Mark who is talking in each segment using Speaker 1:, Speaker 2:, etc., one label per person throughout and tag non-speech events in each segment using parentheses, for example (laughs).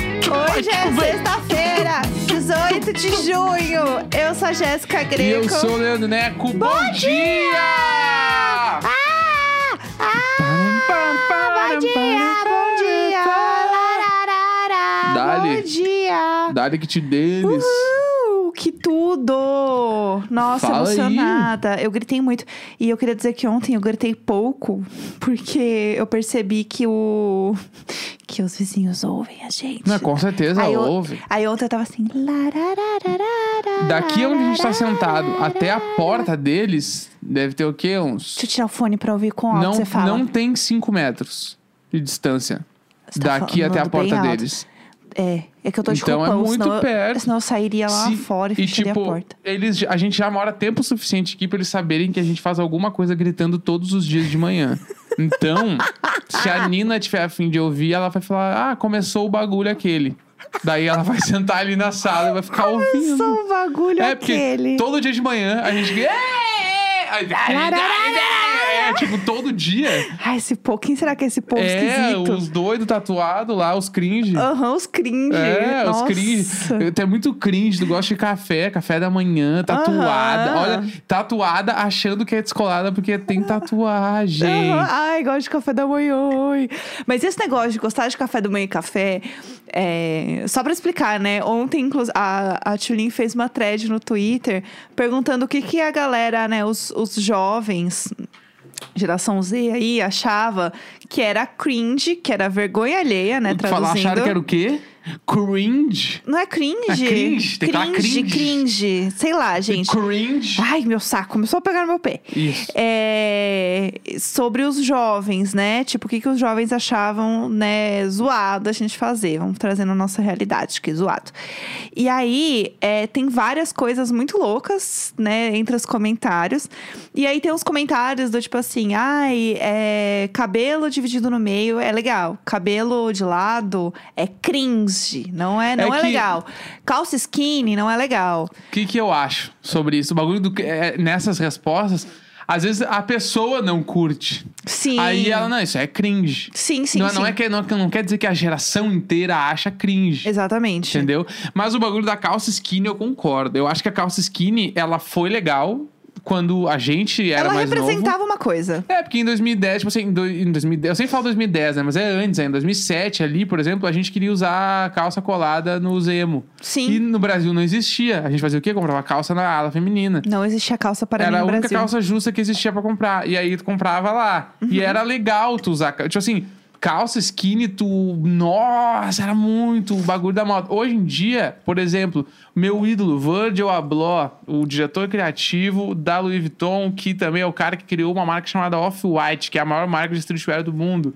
Speaker 1: Hoje é sexta-feira, 18 de junho. Eu sou a Jéssica
Speaker 2: E
Speaker 1: Greco.
Speaker 2: eu sou o Leandro Neco. Bom, dia!
Speaker 1: Ah! Ah! Bom dia, bom dia! lararara,
Speaker 2: Dali.
Speaker 1: Bom dia!
Speaker 2: Dale que te deles.
Speaker 1: Uhul, que tudo! Nossa,
Speaker 2: Fala aí.
Speaker 1: emocionada. Eu gritei muito. E eu queria dizer que ontem eu gritei pouco, porque eu percebi que o que os vizinhos ouvem a gente.
Speaker 2: Não, é com certeza
Speaker 1: Aí eu-
Speaker 2: houve.
Speaker 1: Aí ontem eu tava assim. lararararara,
Speaker 2: Daqui onde a gente tá sentado
Speaker 1: lararara.
Speaker 2: até a porta deles, deve ter o quê? Uns.
Speaker 1: Deixa eu tirar o fone pra ouvir com alto
Speaker 2: Não,
Speaker 1: você fala.
Speaker 2: não tem 5 metros de distância
Speaker 1: Você tá
Speaker 2: daqui até a
Speaker 1: falando bem
Speaker 2: porta
Speaker 1: alto.
Speaker 2: deles.
Speaker 1: É, é que eu tô de
Speaker 2: Então é
Speaker 1: roupão,
Speaker 2: muito
Speaker 1: senão eu-
Speaker 2: perto.
Speaker 1: senão eu sairia Tá lá
Speaker 2: Se-
Speaker 1: fora e
Speaker 2: e
Speaker 1: fecharia
Speaker 2: tipo,
Speaker 1: a porta.
Speaker 2: Eles, a gente já mora tempo suficiente aqui pra eles saberem que a gente faz alguma coisa gritando todos os dias de
Speaker 1: (laughs)
Speaker 2: manhã. Então, se a Nina tiver a fim de ouvir, ela vai falar: Ah, começou o bagulho aquele. Daí ela vai (laughs) sentar ali na sala e vai ficar ouvindo.
Speaker 1: Só um bagulho
Speaker 2: É, porque
Speaker 1: aquele.
Speaker 2: todo dia de manhã a gente. É, tipo, todo dia.
Speaker 1: Ai, esse povo, quem será que é esse povo
Speaker 2: É,
Speaker 1: esquisito?
Speaker 2: os doidos tatuados lá, os cringe.
Speaker 1: Aham, os cringe.
Speaker 2: É,
Speaker 1: Nossa.
Speaker 2: os cringe. Eu- Tem muito cringe, tu gosta de café, café da manhã, tatuada.
Speaker 1: Aham.
Speaker 2: Olha, tatuada achando que é descolada porque tem tatuagem.
Speaker 1: Aham, Ai, gosto de café da manhã. oi. Mas esse negócio de gostar de café da manhã e café, é, só pra explicar, né? Ontem, inclus- a, a Tulin fez uma thread no Twitter perguntando o que, que a galera, né, os, os jovens. Geração Z aí achava que era cringe, que era vergonha alheia, né? Traduzindo.
Speaker 2: Falar, acharam que era o quê? Cringe.
Speaker 1: Não é cringe?
Speaker 2: É cringe, tem que falar
Speaker 1: cringe,
Speaker 2: cringe.
Speaker 1: cringe. Sei lá, gente.
Speaker 2: Cringe.
Speaker 1: Ai, meu saco, começou a pegar no meu pé.
Speaker 2: Isso.
Speaker 1: É, sobre os jovens, né? Tipo, o que, que os jovens achavam, né, zoado a gente fazer. Vamos trazendo a nossa realidade, que zoado. E aí, é, tem várias coisas muito loucas, né, entre os comentários. E aí tem os comentários do tipo assim, ai, é, cabelo dividido no meio é legal. Cabelo de lado é cringe, não é, não
Speaker 2: É
Speaker 1: é,
Speaker 2: que-
Speaker 1: legal. Calça skinny não é legal.
Speaker 2: O que, que eu acho sobre isso? O bagulho do. é, nessas respostas, às vezes a pessoa não curte.
Speaker 1: Sim.
Speaker 2: Aí ela, não, isso é cringe.
Speaker 1: Sim, sim,
Speaker 2: não,
Speaker 1: sim.
Speaker 2: não é que não, não quer dizer que a geração inteira acha cringe.
Speaker 1: Exatamente.
Speaker 2: Entendeu? Mas o bagulho da calça skinny eu concordo. Eu acho que a calça skinny, ela foi legal quando a gente era
Speaker 1: ela
Speaker 2: mais novo.
Speaker 1: representava uma coisa.
Speaker 2: É, porque em 2010, tipo assim, em do- em 2010, eu sempre falo 2010, né? Mas é antes, é em 2007 ali, por exemplo, a gente queria usar calça colada no Zemo. E
Speaker 1: Sim.
Speaker 2: no Brasil não existia. A gente fazia o quê? Comprava calça na ala feminina.
Speaker 1: Não existia calça para
Speaker 2: era
Speaker 1: mim
Speaker 2: a
Speaker 1: no
Speaker 2: única
Speaker 1: Brasil.
Speaker 2: calça justa que existia pra comprar. E aí tu comprava lá.
Speaker 1: Uhum.
Speaker 2: E era legal tu usar. ca- Tipo assim, calça skinny, tu. Nossa, era muito o bagulho da moda. Hoje em dia, por exemplo, meu ídolo, Virgil Abloh, o diretor criativo da Louis Vuitton, que também é o cara que criou uma marca chamada Off-White, que é a maior marca de streetwear do mundo.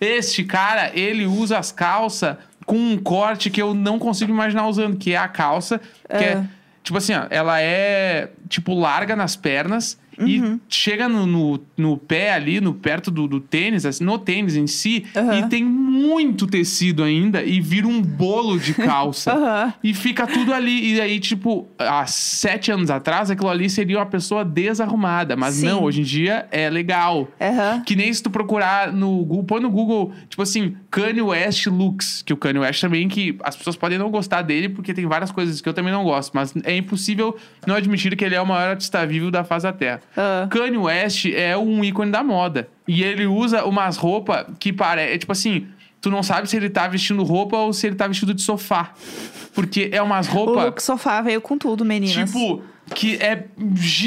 Speaker 2: Este cara, ele usa as calças com um corte que eu não consigo imaginar usando, que é a calça, que
Speaker 1: É.
Speaker 2: é Tipo assim, ó, ela é, tipo, larga nas pernas
Speaker 1: Uhum.
Speaker 2: e chega no, no, no pé ali, no perto do, do tênis, assim, no tênis em si,
Speaker 1: Aham.
Speaker 2: e tem muito tecido ainda e vira um bolo
Speaker 1: (laughs)
Speaker 2: de calça.
Speaker 1: Aham.
Speaker 2: E fica tudo ali. E aí, tipo, há sete anos atrás, aquilo ali seria uma pessoa desarrumada. Mas
Speaker 1: Sim.
Speaker 2: não, hoje em dia é legal.
Speaker 1: Aham.
Speaker 2: Que nem se tu procurar no Google, põe no Google, tipo assim, Kanye West looks, que o Kanye West também, que as pessoas podem não gostar dele, porque tem várias coisas que eu também não gosto, mas é impossível não admitir que ele é o maior artista vivo da face da Terra.
Speaker 1: Ah.
Speaker 2: Kanye West é um ícone da moda, e ele usa umas roupas que parecem, tipo assim, tu não sabe se ele tá vestindo roupa ou se ele tá vestido de sofá, porque é umas
Speaker 1: O
Speaker 2: roupas...
Speaker 1: look sofá veio com tudo, meninas.
Speaker 2: Tipo, que é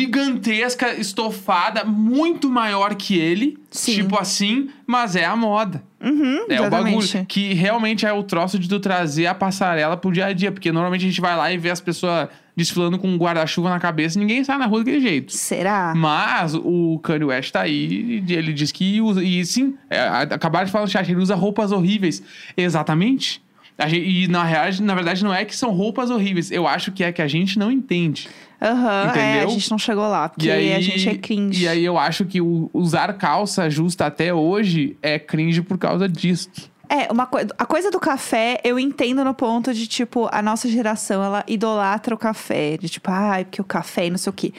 Speaker 2: gigantesca, estofada, muito maior que ele.
Speaker 1: Sim.
Speaker 2: Tipo assim, mas é a moda.
Speaker 1: Uhum,
Speaker 2: É o
Speaker 1: exatamente.
Speaker 2: bagulho. Que realmente é o troço de tu trazer a passarela pro dia a dia. Porque normalmente a gente vai lá e vê as pessoas desfilando com um guarda-chuva na cabeça e ninguém sai na rua daquele jeito.
Speaker 1: Será?
Speaker 2: Mas o Kanye West tá aí e ele diz que usa. E sim, é, a- acabaram de falar no chat, ele usa roupas horríveis. Exatamente. A gente- e na, real, na verdade não é que são roupas horríveis. Eu acho que é que a gente não entende.
Speaker 1: Aham. É, a
Speaker 2: Entendeu?
Speaker 1: gente não chegou lá, porque
Speaker 2: E aí,
Speaker 1: a gente é cringe.
Speaker 2: E aí eu acho que o- usar calça justa até hoje é cringe por causa disso.
Speaker 1: É, uma coisa. A coisa do café, eu entendo no ponto de, tipo, a nossa geração, ela idolatra o café. De tipo, ai, porque o café e não sei o quê.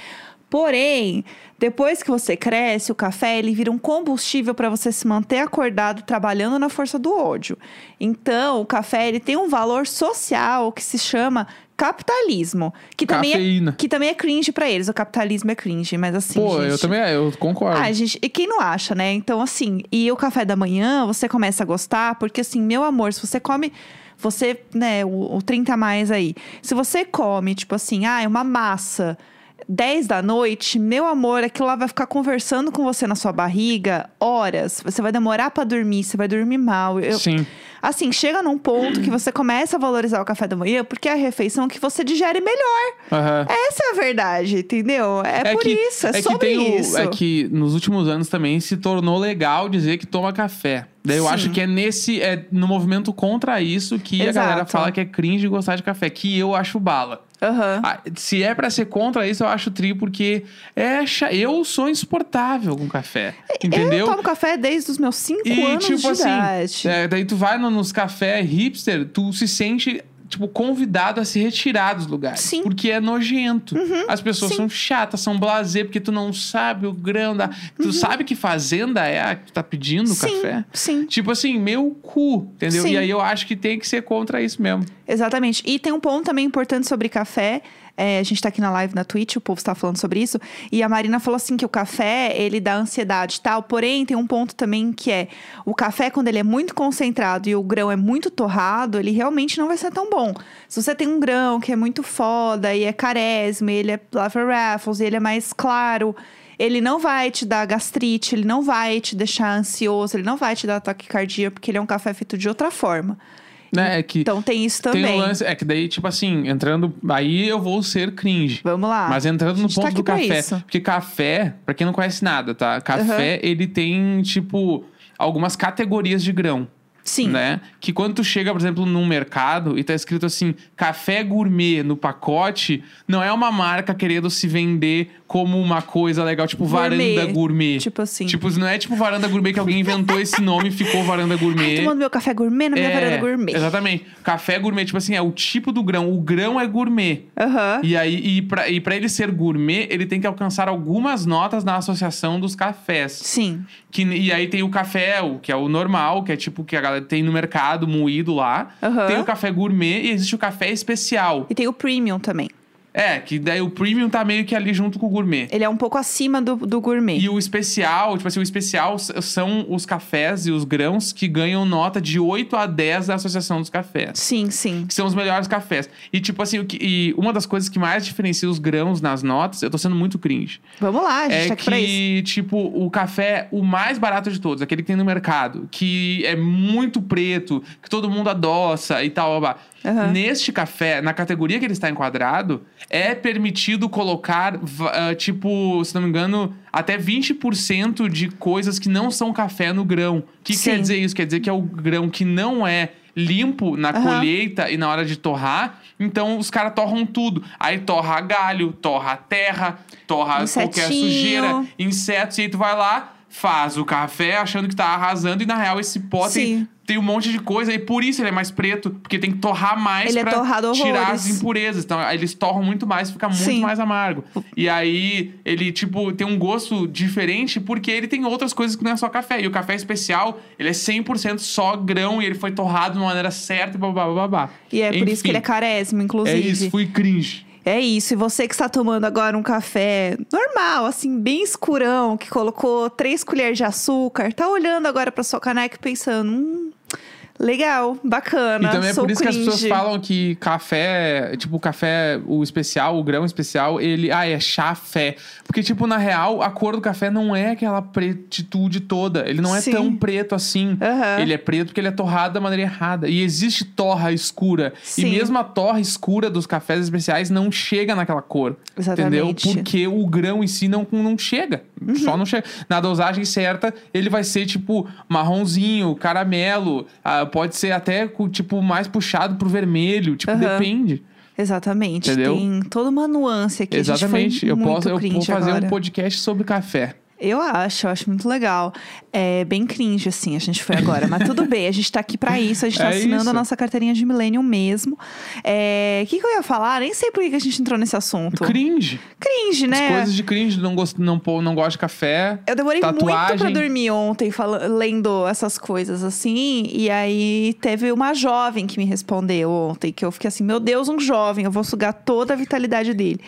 Speaker 1: Porém, depois que você cresce, o café ele vira um combustível para você se manter acordado trabalhando na força do ódio. Então, o café ele tem um valor social que se chama capitalismo, que também
Speaker 2: Cafeína.
Speaker 1: é, que também é cringe para eles. O capitalismo é cringe, mas assim,
Speaker 2: Pô,
Speaker 1: gente,
Speaker 2: eu também, é, eu concordo.
Speaker 1: ah, gente, e quem não acha, né? Então, assim, e o café da manhã, você começa a gostar, porque assim, meu amor, se você come. Você, né, o, o 30 a mais aí. Se você come, tipo assim, ah, uma massa, 10 da noite, meu amor, aquilo lá vai ficar conversando com você na sua barriga horas. Você vai demorar pra dormir, você vai dormir mal. Eu,
Speaker 2: Sim.
Speaker 1: assim, chega num ponto que você começa a valorizar o café da manhã, porque é a refeição que você digere melhor.
Speaker 2: Aham.
Speaker 1: Essa é a verdade, entendeu? É, por isso, é,
Speaker 2: que
Speaker 1: sobre
Speaker 2: tem o-
Speaker 1: isso.
Speaker 2: é que nos últimos anos também se tornou legal dizer que toma café. Daí eu
Speaker 1: Sim.
Speaker 2: acho que é nesse, é no movimento contra isso que a galera
Speaker 1: Exato.
Speaker 2: fala que é cringe gostar de café, que eu acho bala.
Speaker 1: Aham.
Speaker 2: Ah, se é pra ser contra isso, eu acho tri, porque é cha- eu sou insuportável com café. Entendeu?
Speaker 1: Eu tomo café desde os meus 5
Speaker 2: E,
Speaker 1: anos
Speaker 2: tipo
Speaker 1: de
Speaker 2: assim,
Speaker 1: idade.
Speaker 2: É, daí tu vai no- nos cafés hipster, tu se sente, tipo, convidado a se retirar dos lugares.
Speaker 1: Sim. Uhum.
Speaker 2: Porque é nojento. As pessoas
Speaker 1: sim.
Speaker 2: são chatas, são blasé, porque tu não sabe o grão da... Tu sabe que fazenda é a que tu tá pedindo o
Speaker 1: Uhum. sim,
Speaker 2: café?
Speaker 1: sim,
Speaker 2: Tipo assim, meu cu, entendeu?
Speaker 1: Sim.
Speaker 2: E aí eu acho que tem que ser contra isso mesmo.
Speaker 1: exatamente. E tem um ponto também importante sobre café. É, a gente tá aqui na live na Twitch, o povo está falando sobre isso. E a Marina falou assim que o café, ele dá ansiedade e tal. Porém, tem um ponto também que é... O café, quando ele é muito concentrado e o grão é muito torrado, ele realmente não vai ser tão bom. Se você tem um grão que é muito foda e é caresma, ele é Lava Raffles, ele é mais claro... Ele não vai te dar gastrite, ele não vai te deixar ansioso, ele não vai te dar taquicardia, porque ele é um café feito de outra forma.
Speaker 2: Né? É que
Speaker 1: Então tem isso
Speaker 2: tem
Speaker 1: também.
Speaker 2: um lance... É que daí, tipo assim, entrando... Aí eu vou ser cringe.
Speaker 1: Vamos lá.
Speaker 2: Mas entrando
Speaker 1: A
Speaker 2: no
Speaker 1: gente tá
Speaker 2: ponto
Speaker 1: aqui
Speaker 2: do
Speaker 1: pra
Speaker 2: café,
Speaker 1: isso.
Speaker 2: porque café, pra quem não conhece nada, tá? Café, ele tem, tipo, algumas categorias de grão,
Speaker 1: Sim.
Speaker 2: né? Que quando tu chega, por exemplo, num mercado e tá escrito assim, café gourmet no pacote, não é uma marca querendo se vender como uma coisa legal, tipo
Speaker 1: Gourmet.
Speaker 2: varanda gourmet.
Speaker 1: Tipo assim.
Speaker 2: Tipo, não é tipo varanda gourmet que alguém inventou esse nome e ficou varanda
Speaker 1: (laughs) Ai,
Speaker 2: gourmet.
Speaker 1: tomando meu café gourmet na minha
Speaker 2: É,
Speaker 1: varanda gourmet.
Speaker 2: Exatamente. Café gourmet, tipo assim, é o tipo do grão. O grão é gourmet.
Speaker 1: Aham.
Speaker 2: E aí, e pra, e pra ele ser gourmet, ele tem que alcançar algumas notas na associação dos cafés.
Speaker 1: Sim.
Speaker 2: Que, e aí tem o café, o que é o normal, que é tipo o que a galera tem no mercado, moído lá.
Speaker 1: Aham.
Speaker 2: Tem o café gourmet e existe o café especial.
Speaker 1: E tem o premium também.
Speaker 2: É, que daí o premium tá meio que ali junto com o gourmet.
Speaker 1: Ele é um pouco acima do, do gourmet.
Speaker 2: E o especial, tipo assim, o especial s- são os cafés e os grãos que ganham nota de 8 a 10 da associação dos cafés.
Speaker 1: Sim, sim.
Speaker 2: que são os melhores cafés. E tipo assim, o que, e uma das coisas que mais diferencia os grãos nas notas, eu tô sendo muito cringe,
Speaker 1: Vamos lá, a gente
Speaker 2: é
Speaker 1: tá aqui pra isso.
Speaker 2: que tipo o café o mais barato de todos, aquele que tem no mercado, que é muito preto, que todo mundo adoça e tal, blá, blá.
Speaker 1: Aham.
Speaker 2: Neste café, na categoria que ele está enquadrado, é permitido colocar va- ah, tipo, se não me engano, até 20% de coisas que não são café no grão. O que
Speaker 1: Sim.
Speaker 2: quer dizer isso? Quer dizer que é o grão que não é limpo na
Speaker 1: Aham.
Speaker 2: colheita e na hora de torrar, então os caras torram tudo. Aí torra galho, torra terra, torra qualquer
Speaker 1: Insetinho.
Speaker 2: sujeira, insetos, e aí tu vai lá, faz o café achando que tá arrasando, e na real esse pó tem,
Speaker 1: Sim.
Speaker 2: tem um monte de coisa, e por isso ele é mais preto, porque tem que torrar mais
Speaker 1: Ele é
Speaker 2: pra
Speaker 1: torrado
Speaker 2: tirar
Speaker 1: horrores.
Speaker 2: as impurezas. Então aí eles torram muito mais, fica muito
Speaker 1: Sim.
Speaker 2: mais amargo. E aí ele, tipo, tem um gosto diferente, porque ele tem outras coisas que não é só café. E o café especial, ele é 100% só grão, e ele foi torrado de uma maneira certa, e babá, babá.
Speaker 1: E é por isso que ele é
Speaker 2: caro.
Speaker 1: caresmo,
Speaker 2: É
Speaker 1: inclusive.
Speaker 2: isso, fui cringe.
Speaker 1: É isso, e você que está tomando agora um café normal, assim, bem escurão, que colocou três colheres de açúcar, tá olhando agora pra sua caneca e pensando, hum, legal, bacana,
Speaker 2: E também é
Speaker 1: sou
Speaker 2: por isso que as
Speaker 1: cringe."
Speaker 2: pessoas falam que café, tipo, o café, o especial, o grão especial, ele. Ah, é chafé. Porque, tipo, na real, a cor do café não é aquela pretitude toda. Ele não é
Speaker 1: Sim.
Speaker 2: tão preto assim.
Speaker 1: Aham.
Speaker 2: Ele é preto porque ele é torrado da maneira errada. E existe torra escura. E
Speaker 1: Sim.
Speaker 2: mesmo a torra escura dos cafés especiais não chega naquela cor. Entendeu?
Speaker 1: Exatamente. Uhum.
Speaker 2: Porque o grão em si não, não chega. Só não chega. Na dosagem certa, ele vai ser tipo marronzinho, caramelo, ah, pode ser até com, tipo mais puxado pro vermelho, tipo
Speaker 1: Aham.
Speaker 2: depende.
Speaker 1: Exatamente.
Speaker 2: Entendeu?
Speaker 1: Tem toda uma nuance aqui. a gente foi
Speaker 2: Exatamente. Eu
Speaker 1: muito
Speaker 2: posso eu
Speaker 1: cringe
Speaker 2: vou fazer
Speaker 1: agora.
Speaker 2: um podcast sobre café.
Speaker 1: Eu acho, eu acho muito legal. É bem cringe, assim, a gente foi agora. Mas tudo bem, a gente tá aqui pra isso, a gente tá
Speaker 2: (laughs) É
Speaker 1: assinando
Speaker 2: isso.
Speaker 1: a nossa carteirinha de milênio mesmo. É, O que, que eu ia falar? Nem sei por que que a gente entrou nesse assunto.
Speaker 2: Cringe.
Speaker 1: Cringe,
Speaker 2: As
Speaker 1: né?
Speaker 2: coisas de cringe, não gosto, não, pô- não gosto de café.
Speaker 1: Eu demorei muito pra
Speaker 2: Tatuagem.
Speaker 1: dormir ontem fala- lendo essas coisas assim. E aí teve uma jovem que me respondeu ontem, que eu fiquei assim: meu Deus, um jovem, eu vou sugar toda a vitalidade dele.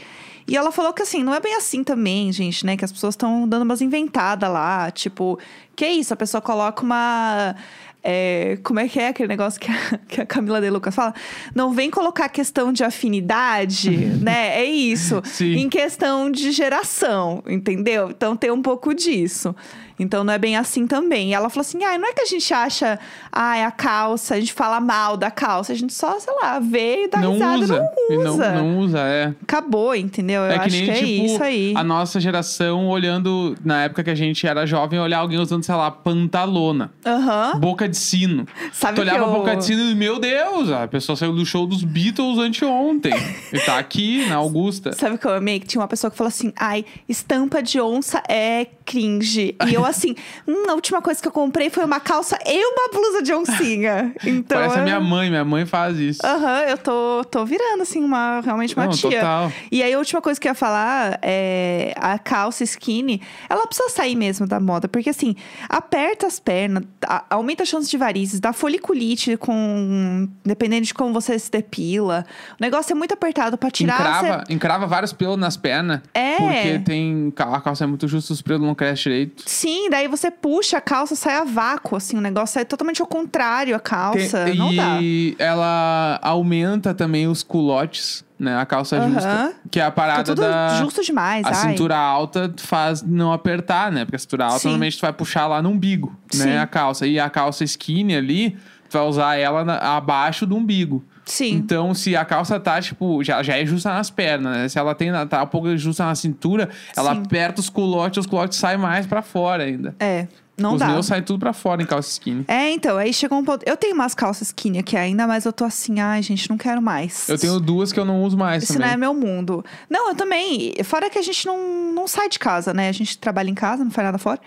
Speaker 1: E ela falou que assim, não é bem assim também, gente, né? Que as pessoas estão dando umas inventadas lá. Tipo, que é isso? A pessoa coloca uma. é, como é que é aquele negócio que a, que a Camila De Lucas fala? Não vem colocar questão de
Speaker 2: (laughs)
Speaker 1: afinidade, né? É isso
Speaker 2: Sim.
Speaker 1: em questão de geração, entendeu? Então tem um pouco disso. Então não é bem assim também. E ela falou assim: ah, não é que a gente acha, ah, é a calça, a gente fala mal da calça, a gente só, sei lá, vê e dá
Speaker 2: não
Speaker 1: Tá risada
Speaker 2: usa.
Speaker 1: e
Speaker 2: E
Speaker 1: não usa.
Speaker 2: não usa, é.
Speaker 1: Acabou, entendeu? Eu
Speaker 2: é que
Speaker 1: acho
Speaker 2: nem,
Speaker 1: que é
Speaker 2: tipo,
Speaker 1: isso aí.
Speaker 2: a nossa geração olhando, na época que a gente era jovem, olhar alguém usando, sei lá, pantalona,
Speaker 1: Aham.
Speaker 2: boca de
Speaker 1: (laughs)
Speaker 2: sino.
Speaker 1: Sabe que
Speaker 2: tu olhava
Speaker 1: eu...
Speaker 2: a boca de sino e, meu Deus, a pessoa saiu do show dos Beatles anteontem. e tá aqui, na Augusta.
Speaker 1: Sabe o que eu amei? Que tinha uma pessoa que falou assim: ai, estampa de onça é cringe. E eu, assim, hum, a última coisa que eu comprei foi uma calça e uma blusa de
Speaker 2: (laughs)
Speaker 1: oncinha. (laughs) Então.
Speaker 2: Parece a
Speaker 1: eu- Ah,
Speaker 2: minha mãe, minha mãe faz isso.
Speaker 1: Aham, eu tô, tô virando, assim, uma, realmente uma
Speaker 2: Não,
Speaker 1: tia.
Speaker 2: total.
Speaker 1: E aí, a última coisa que eu ia falar é a calça skinny, ela precisa sair mesmo da moda, porque assim, aperta as pernas, a- aumenta a chance de varizes, dá foliculite com. dependendo de como você se depila. O negócio é muito apertado pra tirar.
Speaker 2: encrava, encrava vários pelos nas pernas.
Speaker 1: É.
Speaker 2: Porque tem. ca- A calça é muito justa, os pelos não crescem direito.
Speaker 1: você- Sim, daí você puxa a calça, sai a vácuo, assim, o negócio é totalmente ao contrário a calça.
Speaker 2: Tem-
Speaker 1: não dá.
Speaker 2: e ela aumenta também os culotes, né? A calça justa.
Speaker 1: Aham.
Speaker 2: Que é a
Speaker 1: Fica
Speaker 2: parada
Speaker 1: tudo
Speaker 2: da.
Speaker 1: justo demais,
Speaker 2: A
Speaker 1: ai.
Speaker 2: cintura alta tu faz não apertar, né? Porque a cintura alta
Speaker 1: Sim.
Speaker 2: normalmente tu vai puxar lá no umbigo,
Speaker 1: Sim.
Speaker 2: né? A calça. E a calça skinny ali, tu vai usar ela na- abaixo do umbigo.
Speaker 1: Sim.
Speaker 2: Então, se a calça tá, tipo, já, já é justa nas pernas, né? Se ela tem, na- tá um pouco justa na cintura, ela
Speaker 1: Sim.
Speaker 2: aperta os culotes, os culotes saem mais pra fora ainda.
Speaker 1: É, não
Speaker 2: os
Speaker 1: dá.
Speaker 2: meus saem tudo pra fora em calça skinny.
Speaker 1: É, então, aí chegou um ponto. Eu tenho umas calças skinny aqui ainda, mas eu tô assim, ai, gente, não quero mais.
Speaker 2: Eu tenho duas que eu não uso mais
Speaker 1: Isso não
Speaker 2: também.
Speaker 1: é meu mundo. Não, eu também. Fora que a gente não, não sai de casa, né? A gente trabalha em casa, não faz nada fora.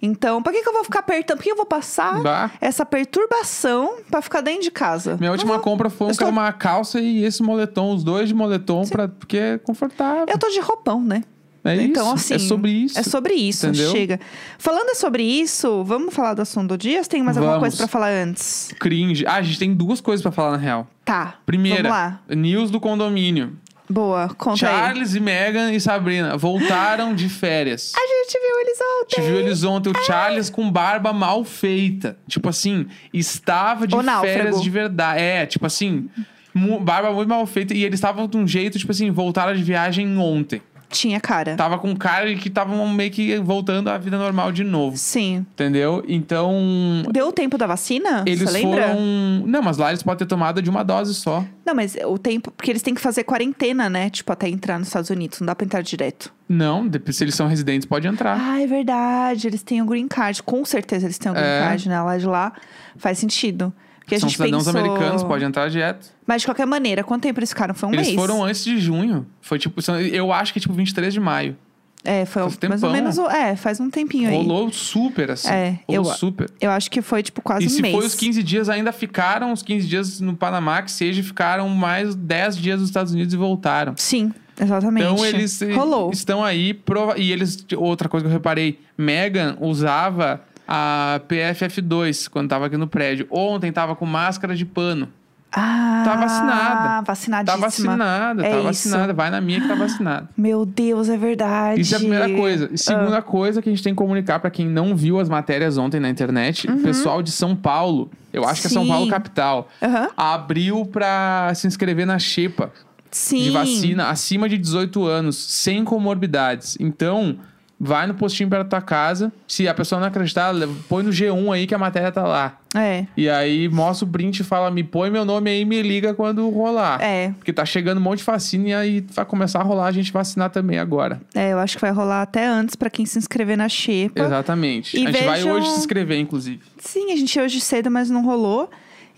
Speaker 1: Então, pra que, que eu vou ficar apertando? Por que eu vou passar
Speaker 2: Bah.
Speaker 1: essa perturbação pra ficar dentro de casa?
Speaker 2: Minha
Speaker 1: Não
Speaker 2: última
Speaker 1: vou.
Speaker 2: compra foi um
Speaker 1: Uhum. Eu
Speaker 2: que era
Speaker 1: estou-
Speaker 2: uma calça e esse moletom, os dois de moletom, pra, porque é confortável.
Speaker 1: Eu tô de roupão, né?
Speaker 2: É
Speaker 1: então,
Speaker 2: isso.
Speaker 1: assim.
Speaker 2: é sobre isso.
Speaker 1: É sobre isso,
Speaker 2: Entendeu?
Speaker 1: chega. Falando sobre isso, vamos falar do assunto do dia? ou Tem mais alguma
Speaker 2: Vamos.
Speaker 1: coisa pra falar antes?
Speaker 2: Cringe. Ah, a gente tem duas coisas pra falar, na real.
Speaker 1: Tá. Vamos
Speaker 2: Primeira,
Speaker 1: lá.
Speaker 2: news do condomínio.
Speaker 1: Boa, conta aí.
Speaker 2: Charles e Meghan e Sabrina voltaram de férias.
Speaker 1: A gente viu eles ontem.
Speaker 2: Te viu eles ontem, o Charles com barba mal feita. Tipo assim, estava de
Speaker 1: O náufrago.
Speaker 2: férias de verdade. É, tipo assim, mu- barba muito mal feita. E eles estavam de um jeito, tipo assim, voltaram de viagem ontem.
Speaker 1: Tinha cara.
Speaker 2: Tava com cara de que estavam meio que voltando à vida normal de novo.
Speaker 1: Sim.
Speaker 2: Entendeu? Então.
Speaker 1: Deu o tempo da vacina?
Speaker 2: Eles
Speaker 1: Você lembra?
Speaker 2: foram. Não, mas lá eles podem ter tomado de uma dose só.
Speaker 1: Não, mas o tempo. Porque eles têm que fazer quarentena, né? Tipo, até entrar nos Estados Unidos. Não dá pra entrar direto.
Speaker 2: Não, depois, se eles são residentes, pode entrar.
Speaker 1: Ah, é verdade. Eles têm o green card. Com certeza eles têm o green
Speaker 2: É.
Speaker 1: card, né? Lá de lá. Faz sentido. Porque a
Speaker 2: são
Speaker 1: gente
Speaker 2: cidadãos
Speaker 1: pensou...
Speaker 2: americanos, pode entrar direto.
Speaker 1: Mas de qualquer maneira, quanto tempo eles ficaram? Foi um
Speaker 2: eles
Speaker 1: mês?
Speaker 2: foram antes de junho. Foi tipo, são- eu acho que é tipo 23 de maio.
Speaker 1: É, foi
Speaker 2: Faz um
Speaker 1: mais ou
Speaker 2: tempão.
Speaker 1: menos. o- É, faz um tempinho aí.
Speaker 2: Rolou super, assim.
Speaker 1: É,
Speaker 2: Rolou
Speaker 1: eu-
Speaker 2: super.
Speaker 1: Eu acho que foi, tipo, quase
Speaker 2: E
Speaker 1: um
Speaker 2: se
Speaker 1: mês.
Speaker 2: foi os 15 dias, ainda ficaram os 15 dias no Panamá, que seja, ficaram mais 10 dias nos Estados Unidos e voltaram.
Speaker 1: Sim, exatamente.
Speaker 2: Então eles eh,
Speaker 1: Rolou.
Speaker 2: estão aí. prova- E eles. Outra coisa que eu reparei: Megan usava a PFF2 quando tava aqui no prédio. Ontem tava com máscara de pano.
Speaker 1: Ah,
Speaker 2: Tá vacinada. Tá
Speaker 1: Vacinadíssima.
Speaker 2: vacinada,
Speaker 1: É
Speaker 2: tá
Speaker 1: isso.
Speaker 2: vacinada. Vai na minha que tá vacinada.
Speaker 1: Meu Deus, é verdade.
Speaker 2: Isso é a primeira coisa. E
Speaker 1: Ah.
Speaker 2: segunda coisa que a gente tem que comunicar pra quem não viu as matérias ontem na internet, o pessoal de São Paulo, eu acho que é São
Speaker 1: Uhum. Sim.
Speaker 2: Paulo capital,
Speaker 1: Aham.
Speaker 2: abriu pra se inscrever na Xepa
Speaker 1: Sim.
Speaker 2: de vacina acima de 18 anos, sem comorbidades. Então, vai no postinho perto da tua casa. Se a pessoa não acreditar, le- põe no G1 aí que a matéria tá lá.
Speaker 1: É.
Speaker 2: E aí mostra o print e fala: me põe meu nome aí e me liga quando rolar.
Speaker 1: É,
Speaker 2: Porque tá chegando um monte de vacina e aí vai começar a rolar a gente vacinar também agora.
Speaker 1: é, eu acho que vai rolar até antes pra quem se inscrever na Xepa.
Speaker 2: Exatamente.
Speaker 1: E
Speaker 2: a gente vai
Speaker 1: vejam-
Speaker 2: hoje se inscrever, inclusive.
Speaker 1: Sim, a gente ia hoje cedo, mas não rolou.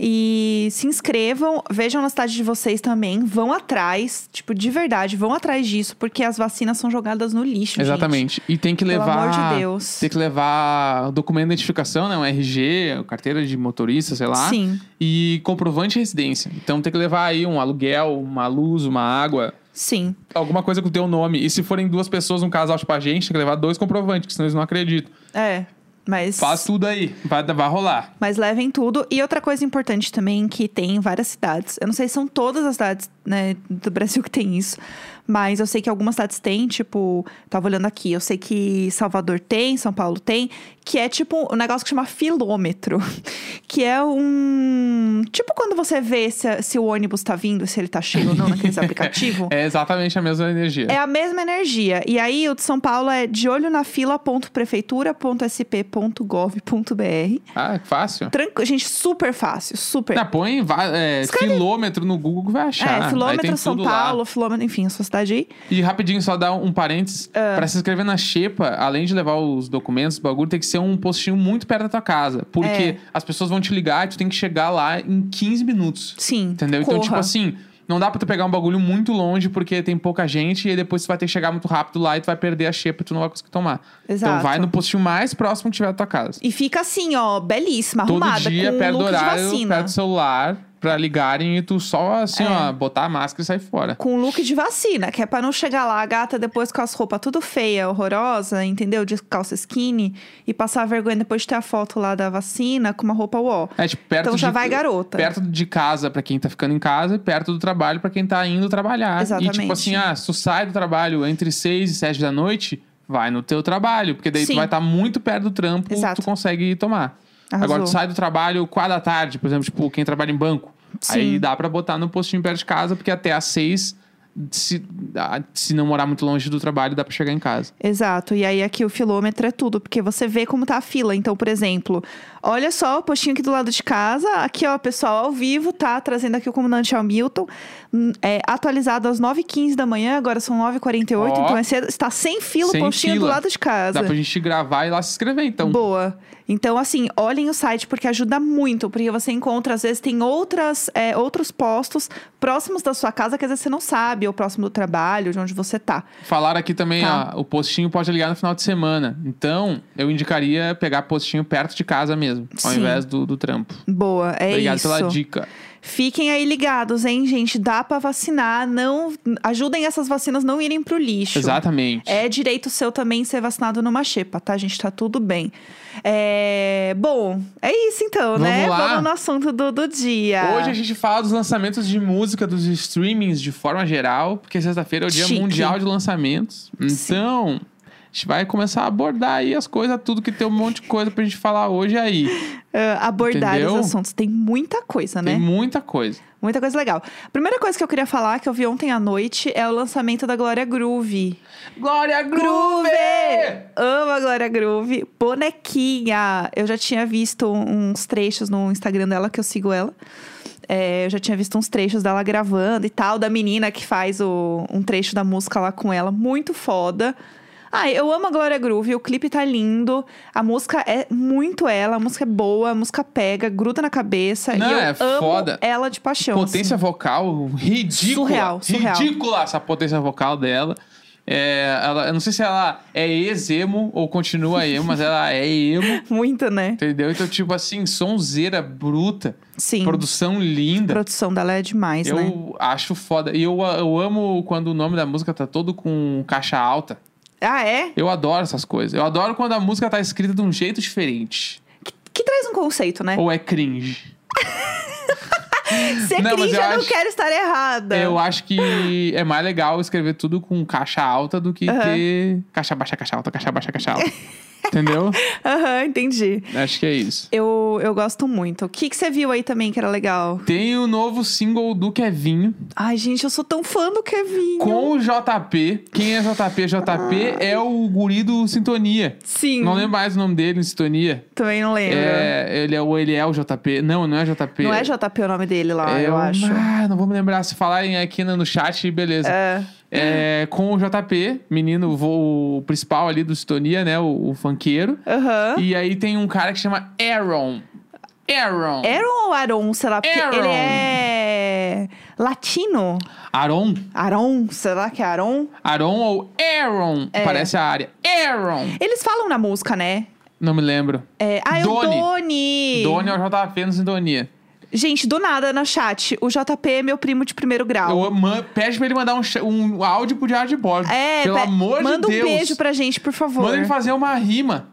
Speaker 1: E se inscrevam, vejam na cidade de vocês também, vão atrás, tipo, de verdade, vão atrás disso, porque as vacinas são jogadas no lixo. gente.
Speaker 2: Exatamente. E tem que
Speaker 1: Pelo
Speaker 2: levar.
Speaker 1: amor de Deus.
Speaker 2: Tem que levar documento de identificação, né? Um RG, carteira de motorista, sei lá.
Speaker 1: Sim,
Speaker 2: E comprovante de residência. Então tem que levar aí um aluguel, uma luz, uma água,
Speaker 1: sim.
Speaker 2: alguma coisa com o teu nome. E se forem duas pessoas, um casal, tipo a gente, tem que levar dois comprovantes, que senão eles não acreditam.
Speaker 1: É. Mas.
Speaker 2: Faz tudo aí, vai, vai rolar.
Speaker 1: Mas levem tudo. E outra coisa importante também, que tem em várias cidades. Eu não sei se são todas as cidades né, do Brasil que tem isso. Mas eu sei que algumas cidades têm, tipo... Tava olhando aqui. Eu sei que Salvador tem, São Paulo tem. Que é tipo um negócio que chama filômetro. (laughs) Que é um... Tipo quando você vê se, se o ônibus tá vindo, se ele tá cheio ou não naqueles aplicativos.
Speaker 2: É exatamente a mesma energia.
Speaker 1: É a mesma energia. E aí, o de São Paulo é de olho na fila.prefeitura.sp.gov.br.
Speaker 2: Ah, fácil.
Speaker 1: Tranqu... Gente, super fácil, super.
Speaker 2: Ah, põe va- é,
Speaker 1: Escreve-
Speaker 2: quilômetro no Google que vai achar.
Speaker 1: é,
Speaker 2: Aí tem
Speaker 1: quilômetro São
Speaker 2: tudo lá.
Speaker 1: Paulo, quilômetro, enfim, a sua cidade aí.
Speaker 2: E rapidinho, só dar um parênteses.
Speaker 1: Ah.
Speaker 2: Pra se inscrever na Xepa, além de levar os documentos, o bagulho tem que ser um postinho muito perto da tua casa. Porque
Speaker 1: É.
Speaker 2: as pessoas vão te ligar e tu tem que chegar lá em 15 minutos.
Speaker 1: Sim.
Speaker 2: Entendeu?
Speaker 1: Corra.
Speaker 2: Então, tipo assim, não dá pra tu pegar um bagulho muito longe porque tem pouca gente e aí depois tu vai ter que chegar muito rápido lá e tu vai perder a Xepa e tu não vai conseguir tomar.
Speaker 1: Exato.
Speaker 2: Então vai no postinho mais próximo que tiver da tua casa.
Speaker 1: E fica assim, ó, belíssima,
Speaker 2: Todo
Speaker 1: arrumada,
Speaker 2: dia,
Speaker 1: com
Speaker 2: perto do
Speaker 1: look de
Speaker 2: horário,
Speaker 1: vacina.
Speaker 2: perto do celular, pra ligarem e tu só assim,
Speaker 1: É.
Speaker 2: ó, botar a máscara e sair fora.
Speaker 1: Com look de vacina, que é pra não chegar lá a gata depois com as roupas tudo feia, horrorosa, entendeu? De calça skinny e passar vergonha depois de ter a foto lá da vacina com uma roupa uó.
Speaker 2: É, tipo, perto
Speaker 1: então já
Speaker 2: de-
Speaker 1: vai garota.
Speaker 2: Perto de casa pra quem tá ficando em casa e perto do trabalho pra quem tá indo trabalhar. E
Speaker 1: Exatamente.
Speaker 2: tipo assim, ah, se tu sai do trabalho entre 6 e 7 da noite, vai no teu trabalho, porque daí
Speaker 1: Sim.
Speaker 2: tu vai estar muito perto do trampo,
Speaker 1: Exato.
Speaker 2: tu consegue tomar.
Speaker 1: Arrasou.
Speaker 2: Agora tu sai do trabalho 4 da tarde, por exemplo, tipo, quem trabalha em banco.
Speaker 1: Sim.
Speaker 2: Aí dá pra botar no postinho perto de casa, porque até às 6 se, ah, se não morar muito longe do trabalho, dá pra chegar em casa.
Speaker 1: Exato. E aí aqui o quilômetro é tudo, porque você vê como tá a fila. Então, por exemplo, olha só o postinho aqui do lado de casa. Aqui, ó, pessoal, ao vivo, tá? Trazendo aqui o comandante Hamilton. Hum, É, atualizado às 9h15 da manhã, agora são 9h48.
Speaker 2: Ó.
Speaker 1: Então, é cedo, está sem fila
Speaker 2: Sem
Speaker 1: o postinho do
Speaker 2: fila.
Speaker 1: lado de casa.
Speaker 2: Dá pra gente gravar e lá se inscrever, então.
Speaker 1: Boa. Então, assim, olhem o site porque ajuda muito. Porque você encontra, às vezes, tem outras, é, outros postos próximos da sua casa que às vezes você não sabe, ou próximo do trabalho, de onde você tá.
Speaker 2: Falaram aqui também,
Speaker 1: Tá.
Speaker 2: ó, o postinho pode ligar no final de semana. Então, eu indicaria pegar postinho perto de casa mesmo, ao
Speaker 1: Sim.
Speaker 2: invés do, do trampo.
Speaker 1: Boa, é
Speaker 2: Obrigado
Speaker 1: isso.
Speaker 2: pela dica.
Speaker 1: Fiquem aí ligados, hein, gente? Dá pra vacinar, não ajudem essas vacinas não irem pro lixo.
Speaker 2: Exatamente.
Speaker 1: É direito seu também ser vacinado numa xepa, tá, gente? Tá tudo bem. É... Bom, é isso então,
Speaker 2: Vamos
Speaker 1: né?
Speaker 2: lá.
Speaker 1: Vamos no assunto do, do dia.
Speaker 2: Hoje a gente fala dos lançamentos de música, dos streamings de forma geral, porque sexta-feira é o Dia
Speaker 1: Chique.
Speaker 2: Mundial de Lançamentos.
Speaker 1: Sim.
Speaker 2: Então, a gente vai começar a abordar aí as coisas, tudo que tem um monte de coisa pra gente falar hoje aí.
Speaker 1: Ah, abordar
Speaker 2: Entendeu?
Speaker 1: os assuntos. Tem muita coisa, né?
Speaker 2: Tem muita coisa.
Speaker 1: Muita coisa legal. Primeira coisa que eu queria falar, que eu vi ontem à noite, é o lançamento da Glória Groove.
Speaker 2: Glória Groove!
Speaker 1: Groove! Amo a Glória Groove. Bonequinha! Eu já tinha visto um, uns trechos no Instagram dela, que eu sigo ela. É, eu já tinha visto uns trechos dela gravando e tal, da menina que faz o- um trecho da música lá com ela. Muito foda. Ah, eu amo a Glória Groove, o clipe tá lindo, a música é muito ela, a música é boa, a música pega, gruda na cabeça.
Speaker 2: Não,
Speaker 1: e eu
Speaker 2: é
Speaker 1: amo
Speaker 2: foda.
Speaker 1: ela de paixão. assim.
Speaker 2: potência vocal ridícula.
Speaker 1: Surreal, surreal.
Speaker 2: Ridícula essa potência vocal dela. É, ela, eu não sei se ela é ex-emo ou continua emo, mas ela é emo,
Speaker 1: assim.
Speaker 2: (laughs)
Speaker 1: (laughs) Muito, né?
Speaker 2: entendeu? Então, tipo assim, sonzeira bruta,
Speaker 1: Sim.
Speaker 2: produção
Speaker 1: A
Speaker 2: linda.
Speaker 1: produção dela é demais,
Speaker 2: eu
Speaker 1: né?
Speaker 2: acho foda. E eu, eu amo quando o nome da música tá todo com caixa alta.
Speaker 1: Ah, é?
Speaker 2: Eu adoro essas coisas. Eu adoro quando a música tá escrita de um jeito diferente.
Speaker 1: Que, que traz um conceito, né?
Speaker 2: Ou é cringe.
Speaker 1: Se é
Speaker 2: Não, mas
Speaker 1: cringe,
Speaker 2: eu
Speaker 1: eu não
Speaker 2: acho-
Speaker 1: quero estar errada.
Speaker 2: Eu acho que é mais legal escrever tudo com caixa alta do que
Speaker 1: Aham.
Speaker 2: ter caixa baixa, caixa alta, caixa baixa, caixa
Speaker 1: (laughs)
Speaker 2: alta. Entendeu?
Speaker 1: Aham, entendi.
Speaker 2: Acho que é isso.
Speaker 1: Eu, eu gosto muito. O que, que você viu aí também que era legal?
Speaker 2: Tem o novo single do Kevinho
Speaker 1: Ai, gente, eu sou tão fã do Kevin.
Speaker 2: com o JP. Quem é JP? JP é o guri do Sintonia.
Speaker 1: Sim.
Speaker 2: Não lembro mais o nome dele, Sintonia.
Speaker 1: Também não lembro.
Speaker 2: É, ele é, ou ele é o JP. Não, não é JP.
Speaker 1: Não é JP o nome dele lá,
Speaker 2: É
Speaker 1: eu
Speaker 2: o-
Speaker 1: acho.
Speaker 2: Ah, não vou me lembrar. Se falarem aqui no no chat, beleza.
Speaker 1: É.
Speaker 2: É, com o JP, menino, vo- o principal ali do Sintonia, né? O, o funkeiro.
Speaker 1: Aham.
Speaker 2: E aí tem um cara que chama Aaron. Aaron.
Speaker 1: Aaron ou Aaron, sei lá, porque
Speaker 2: Aaron.
Speaker 1: ele é latino.
Speaker 2: Aaron?
Speaker 1: Aaron, sei lá que é Aaron.
Speaker 2: Aaron ou Aaron?
Speaker 1: É.
Speaker 2: Parece a área. Aaron!
Speaker 1: Eles falam na música, né?
Speaker 2: Não me lembro.
Speaker 1: É, ah, é o
Speaker 2: Doni.
Speaker 1: Doni.
Speaker 2: Doni, é eu já tava vendo sintonia.
Speaker 1: Gente, do nada na chat, o JP é meu primo de primeiro grau.
Speaker 2: Eu man- pede pra ele mandar um, cha- um áudio pro Diário de Bordo.
Speaker 1: É,
Speaker 2: Pelo
Speaker 1: pe-
Speaker 2: amor
Speaker 1: manda
Speaker 2: de Deus.
Speaker 1: um beijo pra gente, por favor.
Speaker 2: Manda um ele fazer uma rima.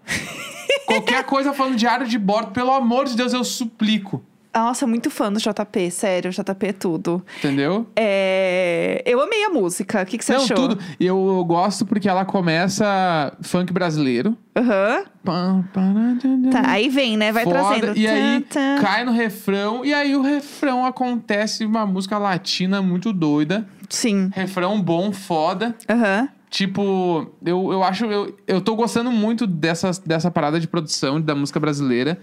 Speaker 2: Qualquer coisa falando Diário de Bordo, pelo amor de Deus, eu suplico.
Speaker 1: Nossa, muito fã do JP, sério, o JP é tudo.
Speaker 2: Entendeu?
Speaker 1: É, Eu amei a música. O que, que você
Speaker 2: Não,
Speaker 1: achou?
Speaker 2: tudo. Eu gosto porque ela começa funk brasileiro.
Speaker 1: Aham.
Speaker 2: Pam, pam, tã, tã,
Speaker 1: Tá, aí vem, né? Vai
Speaker 2: foda,
Speaker 1: trazendo.
Speaker 2: E aí
Speaker 1: Tã, tã.
Speaker 2: cai no refrão, e aí o refrão acontece uma música latina muito doida.
Speaker 1: Sim.
Speaker 2: Refrão bom, foda.
Speaker 1: Aham.
Speaker 2: Tipo, eu, eu acho. Eu, eu tô gostando muito dessa, dessa parada de produção da música brasileira.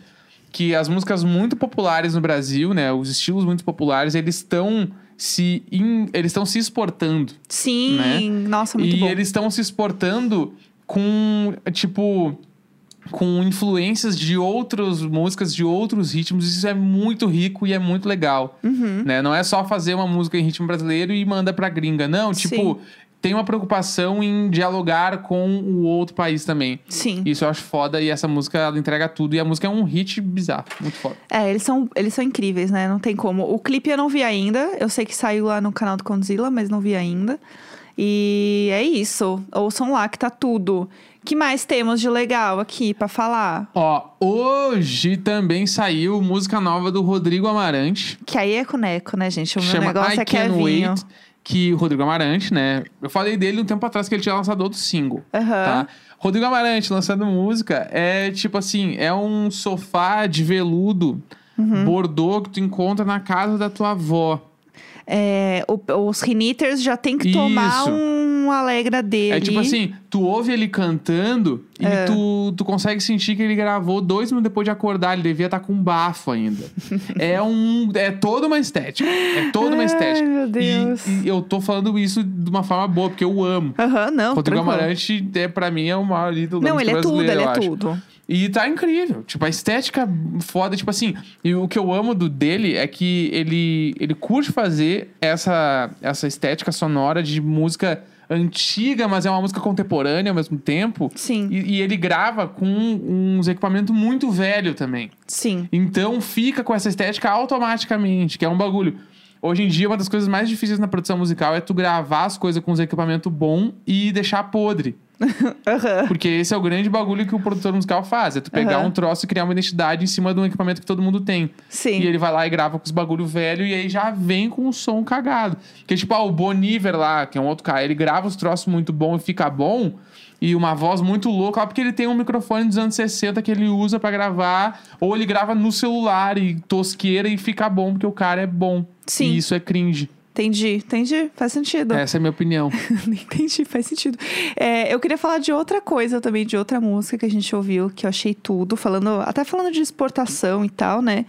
Speaker 2: Que as músicas muito populares no Brasil, né? Os estilos muito populares, eles estão se. in- eles estão se exportando.
Speaker 1: Sim.
Speaker 2: Né?
Speaker 1: Nossa, muito
Speaker 2: e
Speaker 1: bom.
Speaker 2: eles estão se exportando com, tipo, com influências de outras músicas, de outros ritmos. Isso é muito rico e é muito legal.
Speaker 1: Uhum.
Speaker 2: Né? Não é só fazer uma música em ritmo brasileiro e manda pra gringa. Não, tipo, tem uma preocupação em dialogar com o outro país também.
Speaker 1: Sim.
Speaker 2: Isso eu acho foda e essa música ela entrega tudo. E a música é um hit bizarro, muito foda.
Speaker 1: É, eles são, eles são incríveis, né? Não tem como. O clipe eu não vi ainda. Eu sei que saiu lá no canal do Condzilla, mas não vi ainda. E é isso. Ouçam lá que tá tudo. que mais temos de legal aqui pra falar?
Speaker 2: Ó, hoje também saiu música nova do Rodrigo Amarante.
Speaker 1: Que aí é coneco, né, gente? O meu
Speaker 2: chama
Speaker 1: negócio
Speaker 2: I
Speaker 1: é que é
Speaker 2: Can
Speaker 1: vinho.
Speaker 2: Wait, que o Rodrigo Amarante, né? Eu falei dele um tempo atrás que ele tinha lançado outro single,
Speaker 1: Aham.
Speaker 2: tá? Rodrigo Amarante lançando música é tipo assim, é um sofá de veludo
Speaker 1: Uhum.
Speaker 2: bordô que tu encontra na casa da tua avó.
Speaker 1: É, o- os riniters já tem que tomar
Speaker 2: Isso.
Speaker 1: um alegra dele.
Speaker 2: É tipo assim, tu ouve ele cantando e
Speaker 1: É.
Speaker 2: tu, tu consegue sentir que ele gravou dois minutos depois de acordar, ele devia estar com um bafo
Speaker 1: (laughs)
Speaker 2: ainda. é um. É toda uma estética. É toda uma
Speaker 1: Ai,
Speaker 2: estética.
Speaker 1: meu
Speaker 2: E-
Speaker 1: Deus.
Speaker 2: e eu tô falando isso de uma forma boa, porque eu amo.
Speaker 1: Aham, não.
Speaker 2: Rodrigo
Speaker 1: tranquilo.
Speaker 2: Amarante, é, pra mim, é o maior ídolo da
Speaker 1: Não, ele
Speaker 2: música
Speaker 1: é tudo,
Speaker 2: brasileira,
Speaker 1: ele
Speaker 2: eu
Speaker 1: é
Speaker 2: acho.
Speaker 1: tudo.
Speaker 2: E tá incrível. Tipo, a estética foda. Tipo assim, e o que eu amo do dele é que ele, ele curte fazer essa, essa estética sonora de música antiga, mas é uma música contemporânea ao mesmo tempo.
Speaker 1: Sim,
Speaker 2: E, e ele grava com uns equipamentos muito velho também.
Speaker 1: sim.
Speaker 2: Então fica com essa estética automaticamente, que é um bagulho. Hoje em dia, uma das coisas mais difíceis na produção musical é tu gravar as coisas com os equipamentos bom e deixar podre.
Speaker 1: Aham.
Speaker 2: Porque esse é o grande bagulho que o produtor musical faz. É tu pegar
Speaker 1: Aham.
Speaker 2: um troço e criar uma identidade em cima de um equipamento que todo mundo tem.
Speaker 1: Sim.
Speaker 2: E ele vai lá e grava com os bagulho velho e aí já vem com o som cagado. Porque, tipo, ah, o Boniver lá, que é um outro cara, ele grava os troços muito bom e fica bom. E uma voz muito louca, lá porque ele tem um microfone dos anos 60 que ele usa pra gravar, ou ele grava no celular e tosqueira e fica bom, porque o cara é bom.
Speaker 1: Sim.
Speaker 2: E isso é cringe.
Speaker 1: Entendi, entendi. Faz sentido.
Speaker 2: Essa é a minha opinião.
Speaker 1: (laughs) Entendi, faz sentido. É, eu queria falar de outra coisa também, de outra música que a gente ouviu, que eu achei tudo, falando, até falando de exportação e tal, né?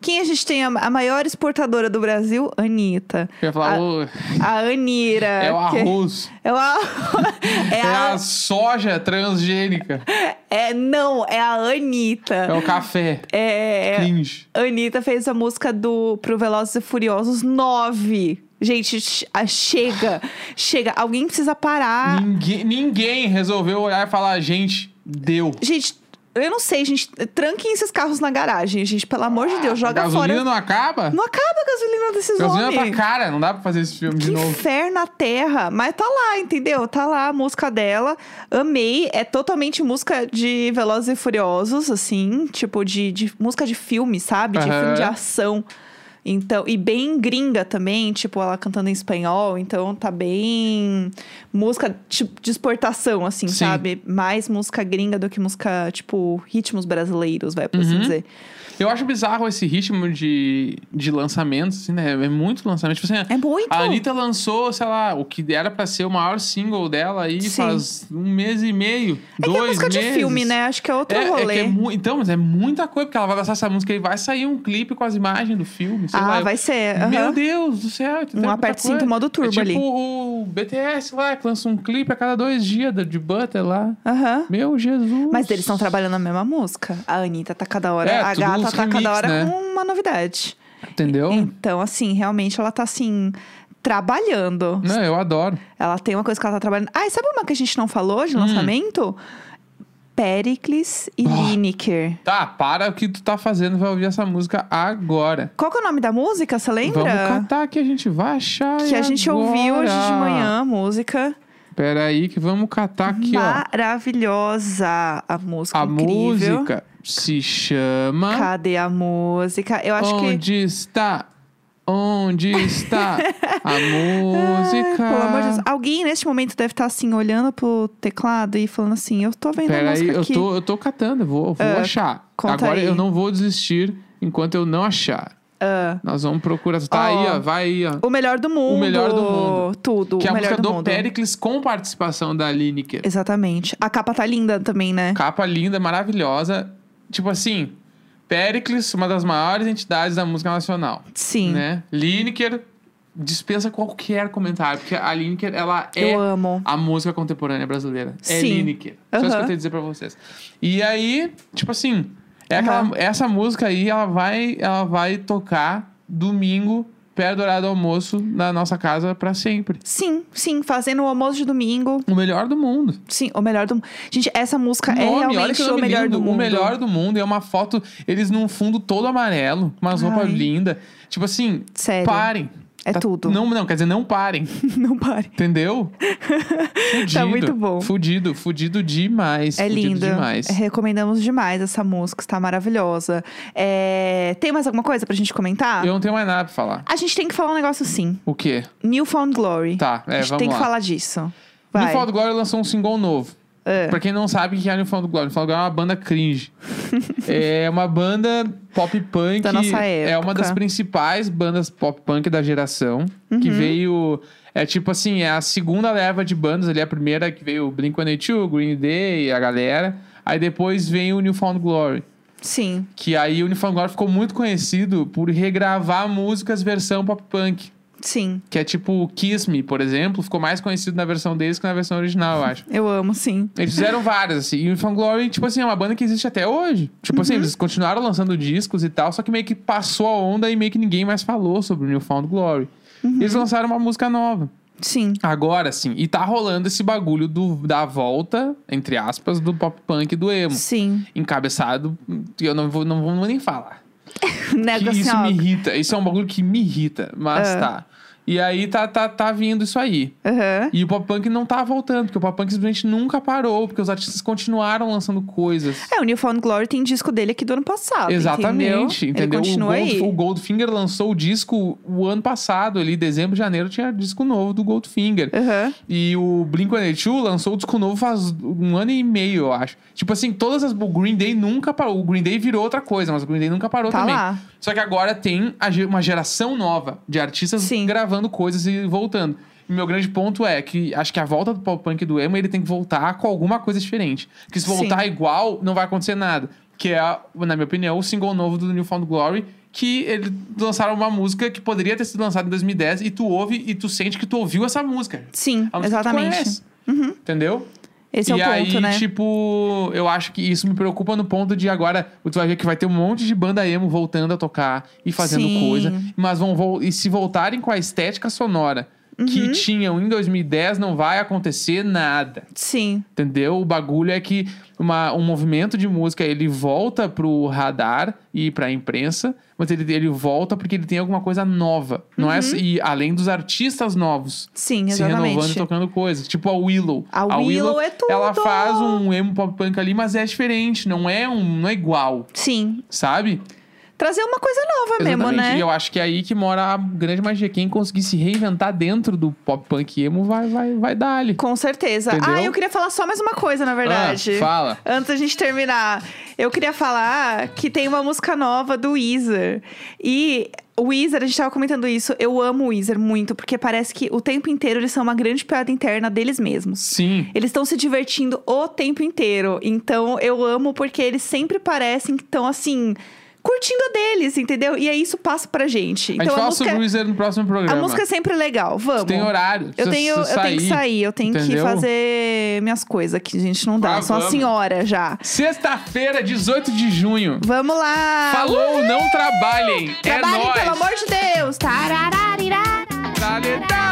Speaker 1: Quem a gente tem a, a maior exportadora do Brasil? Anitta.
Speaker 2: Eu ia falar,
Speaker 1: A-
Speaker 2: "Ô,
Speaker 1: A Anira.
Speaker 2: é o
Speaker 1: que-
Speaker 2: arroz.
Speaker 1: É, uma... (laughs) é,
Speaker 2: É,
Speaker 1: a...
Speaker 2: a soja transgênica.
Speaker 1: é Não, é a
Speaker 2: É
Speaker 1: Anitta.
Speaker 2: o café.
Speaker 1: É.
Speaker 2: Cringe.
Speaker 1: Anitta fez a música do pro Velozes e Furiosos 9. Gente, ch- ah, chega. chega. Alguém precisa parar.
Speaker 2: Ninguém, ninguém resolveu olhar e falar, gente, deu.
Speaker 1: Gente, eu não sei, gente. Tranquem esses carros na garagem, gente. Pelo amor de Deus,
Speaker 2: a
Speaker 1: joga
Speaker 2: gasolina
Speaker 1: fora.
Speaker 2: não acaba?
Speaker 1: Não acaba a gasolina desses
Speaker 2: a gasolina
Speaker 1: homens.
Speaker 2: tá cara, não dá pra fazer esse filme
Speaker 1: Que
Speaker 2: de novo.
Speaker 1: inferno na terra. Mas tá lá, entendeu? Tá lá a música dela. Amei. É totalmente música de Velozes e Furiosos, assim. Tipo, de, de música de filme, sabe? De
Speaker 2: Aham.
Speaker 1: filme de ação. Então, e bem gringa também, tipo, ela cantando em espanhol, então tá bem música tipo, de exportação, assim,
Speaker 2: Sim.
Speaker 1: sabe? Mais música gringa do que música, tipo, ritmos brasileiros, vai, por
Speaker 2: Uhum.
Speaker 1: assim dizer.
Speaker 2: Eu acho bizarro esse ritmo de, de lançamentos, assim, né? É muito lançamento. Tipo assim,
Speaker 1: É muito.
Speaker 2: a Anitta lançou, sei lá, o que era pra ser o maior single dela aí
Speaker 1: Sim.
Speaker 2: faz um mês e meio,
Speaker 1: é que é
Speaker 2: dois
Speaker 1: música
Speaker 2: meses.
Speaker 1: de filme, né? Acho que é outro
Speaker 2: É, é
Speaker 1: rolê.
Speaker 2: que é mu- então, mas é muita coisa, porque ela vai lançar essa música e vai sair um clipe com as imagens do filme, sei
Speaker 1: ah,
Speaker 2: lá. Eu-
Speaker 1: vai ser. aham.
Speaker 2: Meu Deus do céu. tem
Speaker 1: Um
Speaker 2: muita
Speaker 1: aperto
Speaker 2: coisa.
Speaker 1: cinto modo turbo
Speaker 2: é tipo
Speaker 1: ali.
Speaker 2: o BTS lá, que lança um clipe a cada dois dias de de Butter lá.
Speaker 1: Aham.
Speaker 2: Meu Jesus.
Speaker 1: Mas eles estão trabalhando a mesma música. A Anitta tá cada hora.
Speaker 2: É,
Speaker 1: a
Speaker 2: tudo
Speaker 1: gata
Speaker 2: uns
Speaker 1: ela tá cada
Speaker 2: remix,
Speaker 1: hora
Speaker 2: né?
Speaker 1: com uma novidade.
Speaker 2: Entendeu?
Speaker 1: Então, assim, realmente ela tá assim, trabalhando.
Speaker 2: Não, eu adoro.
Speaker 1: Ela tem uma coisa que ela tá trabalhando. Ah, e sabe uma que a gente não falou
Speaker 2: Hum.
Speaker 1: de lançamento? Pericles e
Speaker 2: Oh.
Speaker 1: Lineker.
Speaker 2: Tá, para o que tu tá fazendo, vai ouvir essa música agora.
Speaker 1: Qual que é o nome da música? Você lembra?
Speaker 2: Vamos catar que a gente vai achar.
Speaker 1: que a gente ouviu hoje de
Speaker 2: agora.
Speaker 1: manhã a música.
Speaker 2: Pera aí que vamos catar aqui, ó.
Speaker 1: Maravilhosa a música.
Speaker 2: A
Speaker 1: incrível.
Speaker 2: música se chama
Speaker 1: Cadê a música? Eu acho que.
Speaker 2: Onde está? Onde
Speaker 1: (laughs)
Speaker 2: está a música?
Speaker 1: Pelo amor de Deus. Alguém neste momento deve estar assim, olhando pro teclado e falando assim: Eu tô vendo a
Speaker 2: Pera aí,
Speaker 1: música
Speaker 2: eu
Speaker 1: aqui. Ah,
Speaker 2: tô, eu tô catando, vou, vou achar.
Speaker 1: conta
Speaker 2: Agora
Speaker 1: aí.
Speaker 2: eu não vou desistir enquanto eu não achar. Nós vamos procurar. Tá
Speaker 1: Ó,
Speaker 2: aí, ó, vai aí, ó.
Speaker 1: Ah, O melhor do mundo.
Speaker 2: melhor do mundo.
Speaker 1: Tudo.
Speaker 2: Que é
Speaker 1: o
Speaker 2: a
Speaker 1: melhor
Speaker 2: música
Speaker 1: do,
Speaker 2: do
Speaker 1: mundo.
Speaker 2: Pericles com participação da Lineker.
Speaker 1: Exatamente. A capa tá linda também, né?
Speaker 2: Capa linda, maravilhosa. Tipo assim, Pericles, uma das maiores entidades da música nacional.
Speaker 1: Sim.
Speaker 2: Né? Lineker dispensa qualquer comentário, porque a Lineker, ela é
Speaker 1: Eu amo.
Speaker 2: a música contemporânea brasileira. É
Speaker 1: Sim.
Speaker 2: Lineker. Só isso que eu
Speaker 1: Aham.
Speaker 2: tenho a dizer pra vocês. E aí, tipo assim, é aquela-
Speaker 1: Aham.
Speaker 2: essa música aí, ela vai, ela vai tocar domingo, perto do horário do almoço, na nossa casa pra sempre.
Speaker 1: Sim, sim. Fazendo o almoço de domingo.
Speaker 2: O melhor do mundo.
Speaker 1: Sim, o melhor do mundo. Gente, essa música é
Speaker 2: Nome, olha
Speaker 1: realmente
Speaker 2: que
Speaker 1: o
Speaker 2: nome
Speaker 1: melhor
Speaker 2: lindo,
Speaker 1: do mundo.
Speaker 2: O melhor do mundo. E é uma foto, eles num fundo todo amarelo, com umas roupas
Speaker 1: Ai.
Speaker 2: lindas. Tipo assim,
Speaker 1: Sério.
Speaker 2: parem.
Speaker 1: É tudo.
Speaker 2: tá Não, não, quer dizer, não parem.
Speaker 1: (laughs)
Speaker 2: (laughs)
Speaker 1: Não pare. Tá
Speaker 2: Entendeu? Fudido.
Speaker 1: muito bom.
Speaker 2: Fudido, fudido demais.
Speaker 1: É
Speaker 2: fudido
Speaker 1: linda.
Speaker 2: demais.
Speaker 1: Recomendamos demais essa música, está maravilhosa. É, Tem mais alguma coisa pra gente comentar?
Speaker 2: Eu não tenho mais nada pra falar.
Speaker 1: A gente tem que falar um negócio sim.
Speaker 2: O quê?
Speaker 1: Newfound Glory.
Speaker 2: Tá, é,
Speaker 1: a gente
Speaker 2: vamos
Speaker 1: tem
Speaker 2: lá.
Speaker 1: que falar disso. Vai.
Speaker 2: New Found Glory lançou um single novo.
Speaker 1: É.
Speaker 2: Pra quem não sabe o que é New Found Glory, New Found Glory é uma banda
Speaker 1: (laughs)
Speaker 2: cringe. é uma banda pop punk.
Speaker 1: Da nossa
Speaker 2: É uma
Speaker 1: época. Uhum.
Speaker 2: das principais bandas pop punk da geração. Que veio. É tipo assim, é a segunda leva de bandas ali. A primeira que veio um, o Blink 182, Green Day, a galera. Aí depois vem o New Found Glory.
Speaker 1: Sim.
Speaker 2: Que aí o New Found Glory ficou muito conhecido por regravar músicas versão pop punk.
Speaker 1: Sim.
Speaker 2: Que é tipo o Kiss Me, por exemplo, ficou mais conhecido na versão deles que na versão original, eu acho.
Speaker 1: Eu amo, sim.
Speaker 2: Eles fizeram várias, assim. E o Fan Glory, tipo assim, é uma banda que existe até hoje. Tipo
Speaker 1: Uhum.
Speaker 2: assim, eles continuaram lançando discos e tal, só que meio que passou a onda e meio que ninguém mais falou sobre o Newfound Glory.
Speaker 1: Uhum.
Speaker 2: Eles lançaram uma música nova.
Speaker 1: Sim.
Speaker 2: Agora, sim. E tá rolando esse bagulho do, da volta, entre aspas, do pop punk e do emo.
Speaker 1: Sim. (laughs)
Speaker 2: Encabeçado, eu não vou, não vou nem falar. Que
Speaker 1: Negócio
Speaker 2: isso
Speaker 1: assim, ó.
Speaker 2: me irrita. Isso é um bagulho que me irrita, mas
Speaker 1: Ah.
Speaker 2: tá. E aí tá, tá, tá vindo isso aí.
Speaker 1: Aham.
Speaker 2: E o pop punk não tá voltando, porque o pop punk simplesmente nunca parou, porque os artistas continuaram lançando coisas.
Speaker 1: É, o Newfound Glory tem disco dele aqui do ano passado.
Speaker 2: Exatamente,
Speaker 1: Entendeu? Ele
Speaker 2: entendeu?
Speaker 1: continua
Speaker 2: o, Gold-
Speaker 1: aí.
Speaker 2: o Goldfinger lançou o disco o ano passado, ali, dezembro, janeiro, tinha disco novo do Goldfinger.
Speaker 1: Aham.
Speaker 2: E o Blink-182 lançou o disco novo faz um ano e meio, eu acho. Tipo assim, todas as... O Green Day nunca parou. O Green Day virou outra coisa, mas o Green Day nunca parou
Speaker 1: Tá
Speaker 2: também.
Speaker 1: lá.
Speaker 2: Só que agora tem a ge- uma geração nova de artistas
Speaker 1: Sim.
Speaker 2: gravando coisas e voltando. E meu grande ponto é que acho que a volta do pop punk e do emo, ele tem que voltar com alguma coisa diferente. Porque se
Speaker 1: Sim.
Speaker 2: voltar igual, não vai acontecer nada. Que é, na minha opinião, o single novo do Newfound Glory, que eles lançaram uma música que poderia ter sido lançada em 2010 e tu ouve e tu sente que tu ouviu essa música.
Speaker 1: Sim,
Speaker 2: É uma música que tu
Speaker 1: exatamente. Uhum.
Speaker 2: conhece. Entendeu?
Speaker 1: Esse é o
Speaker 2: e
Speaker 1: ponto,
Speaker 2: aí,
Speaker 1: né?
Speaker 2: tipo, eu acho que isso me preocupa no ponto de agora, tu vai ver que vai ter um monte de banda emo voltando a tocar e fazendo
Speaker 1: Sim.
Speaker 2: coisa, mas vão vol- e se voltarem com a estética sonora
Speaker 1: Uhum.
Speaker 2: que tinham em 2010, não vai acontecer nada.
Speaker 1: Sim.
Speaker 2: Entendeu? O bagulho é que uma- um movimento de música ele volta pro radar e pra imprensa, mas ele, ele volta porque ele tem alguma coisa nova. Não é, e além dos artistas novos
Speaker 1: Uhum. Sim,
Speaker 2: se renovando e
Speaker 1: exatamente.
Speaker 2: tocando coisas. Tipo a Willow.
Speaker 1: A Willow é tudo!
Speaker 2: Ela faz um emo pop punk ali, mas é diferente, não é um, não é igual,
Speaker 1: Sim.
Speaker 2: sabe?
Speaker 1: Trazer uma coisa nova mesmo,
Speaker 2: Exatamente.
Speaker 1: né?
Speaker 2: E eu acho que é aí que mora a grande magia. Quem conseguir se reinventar dentro do pop punk emo vai vai vai dar ali.
Speaker 1: Com certeza.
Speaker 2: Entendeu?
Speaker 1: Ah, eu queria falar só mais uma coisa, na verdade.
Speaker 2: Ah, fala.
Speaker 1: Antes da gente terminar, eu queria falar que tem uma música nova do Weezer. E o Weezer, a gente tava comentando isso, eu amo o Weezer muito, porque parece que o tempo inteiro eles são uma grande piada interna deles mesmos.
Speaker 2: Sim.
Speaker 1: Eles estão se divertindo o tempo inteiro. Então eu amo porque eles sempre parecem que estão assim. curtindo a deles, entendeu? E aí isso passa pra gente.
Speaker 2: a gente
Speaker 1: Então a,
Speaker 2: fala
Speaker 1: música,
Speaker 2: sobre o Wizard no próximo
Speaker 1: a
Speaker 2: programa.
Speaker 1: música é sempre legal. Vamos.
Speaker 2: Tem horário.
Speaker 1: Eu
Speaker 2: se
Speaker 1: tenho,
Speaker 2: você
Speaker 1: eu tenho que sair, eu tenho que
Speaker 2: entendeu?
Speaker 1: fazer minhas coisas aqui, gente. Não dá,
Speaker 2: Ah,
Speaker 1: sou uma
Speaker 2: vamos.
Speaker 1: senhora já.
Speaker 2: Sexta-feira, 18 de junho.
Speaker 1: Vamos lá!
Speaker 2: Falou, não trabalhem.
Speaker 1: Trabalhem,
Speaker 2: é nóis.
Speaker 1: pelo amor de Deus! Tarararirá.
Speaker 2: Talentar.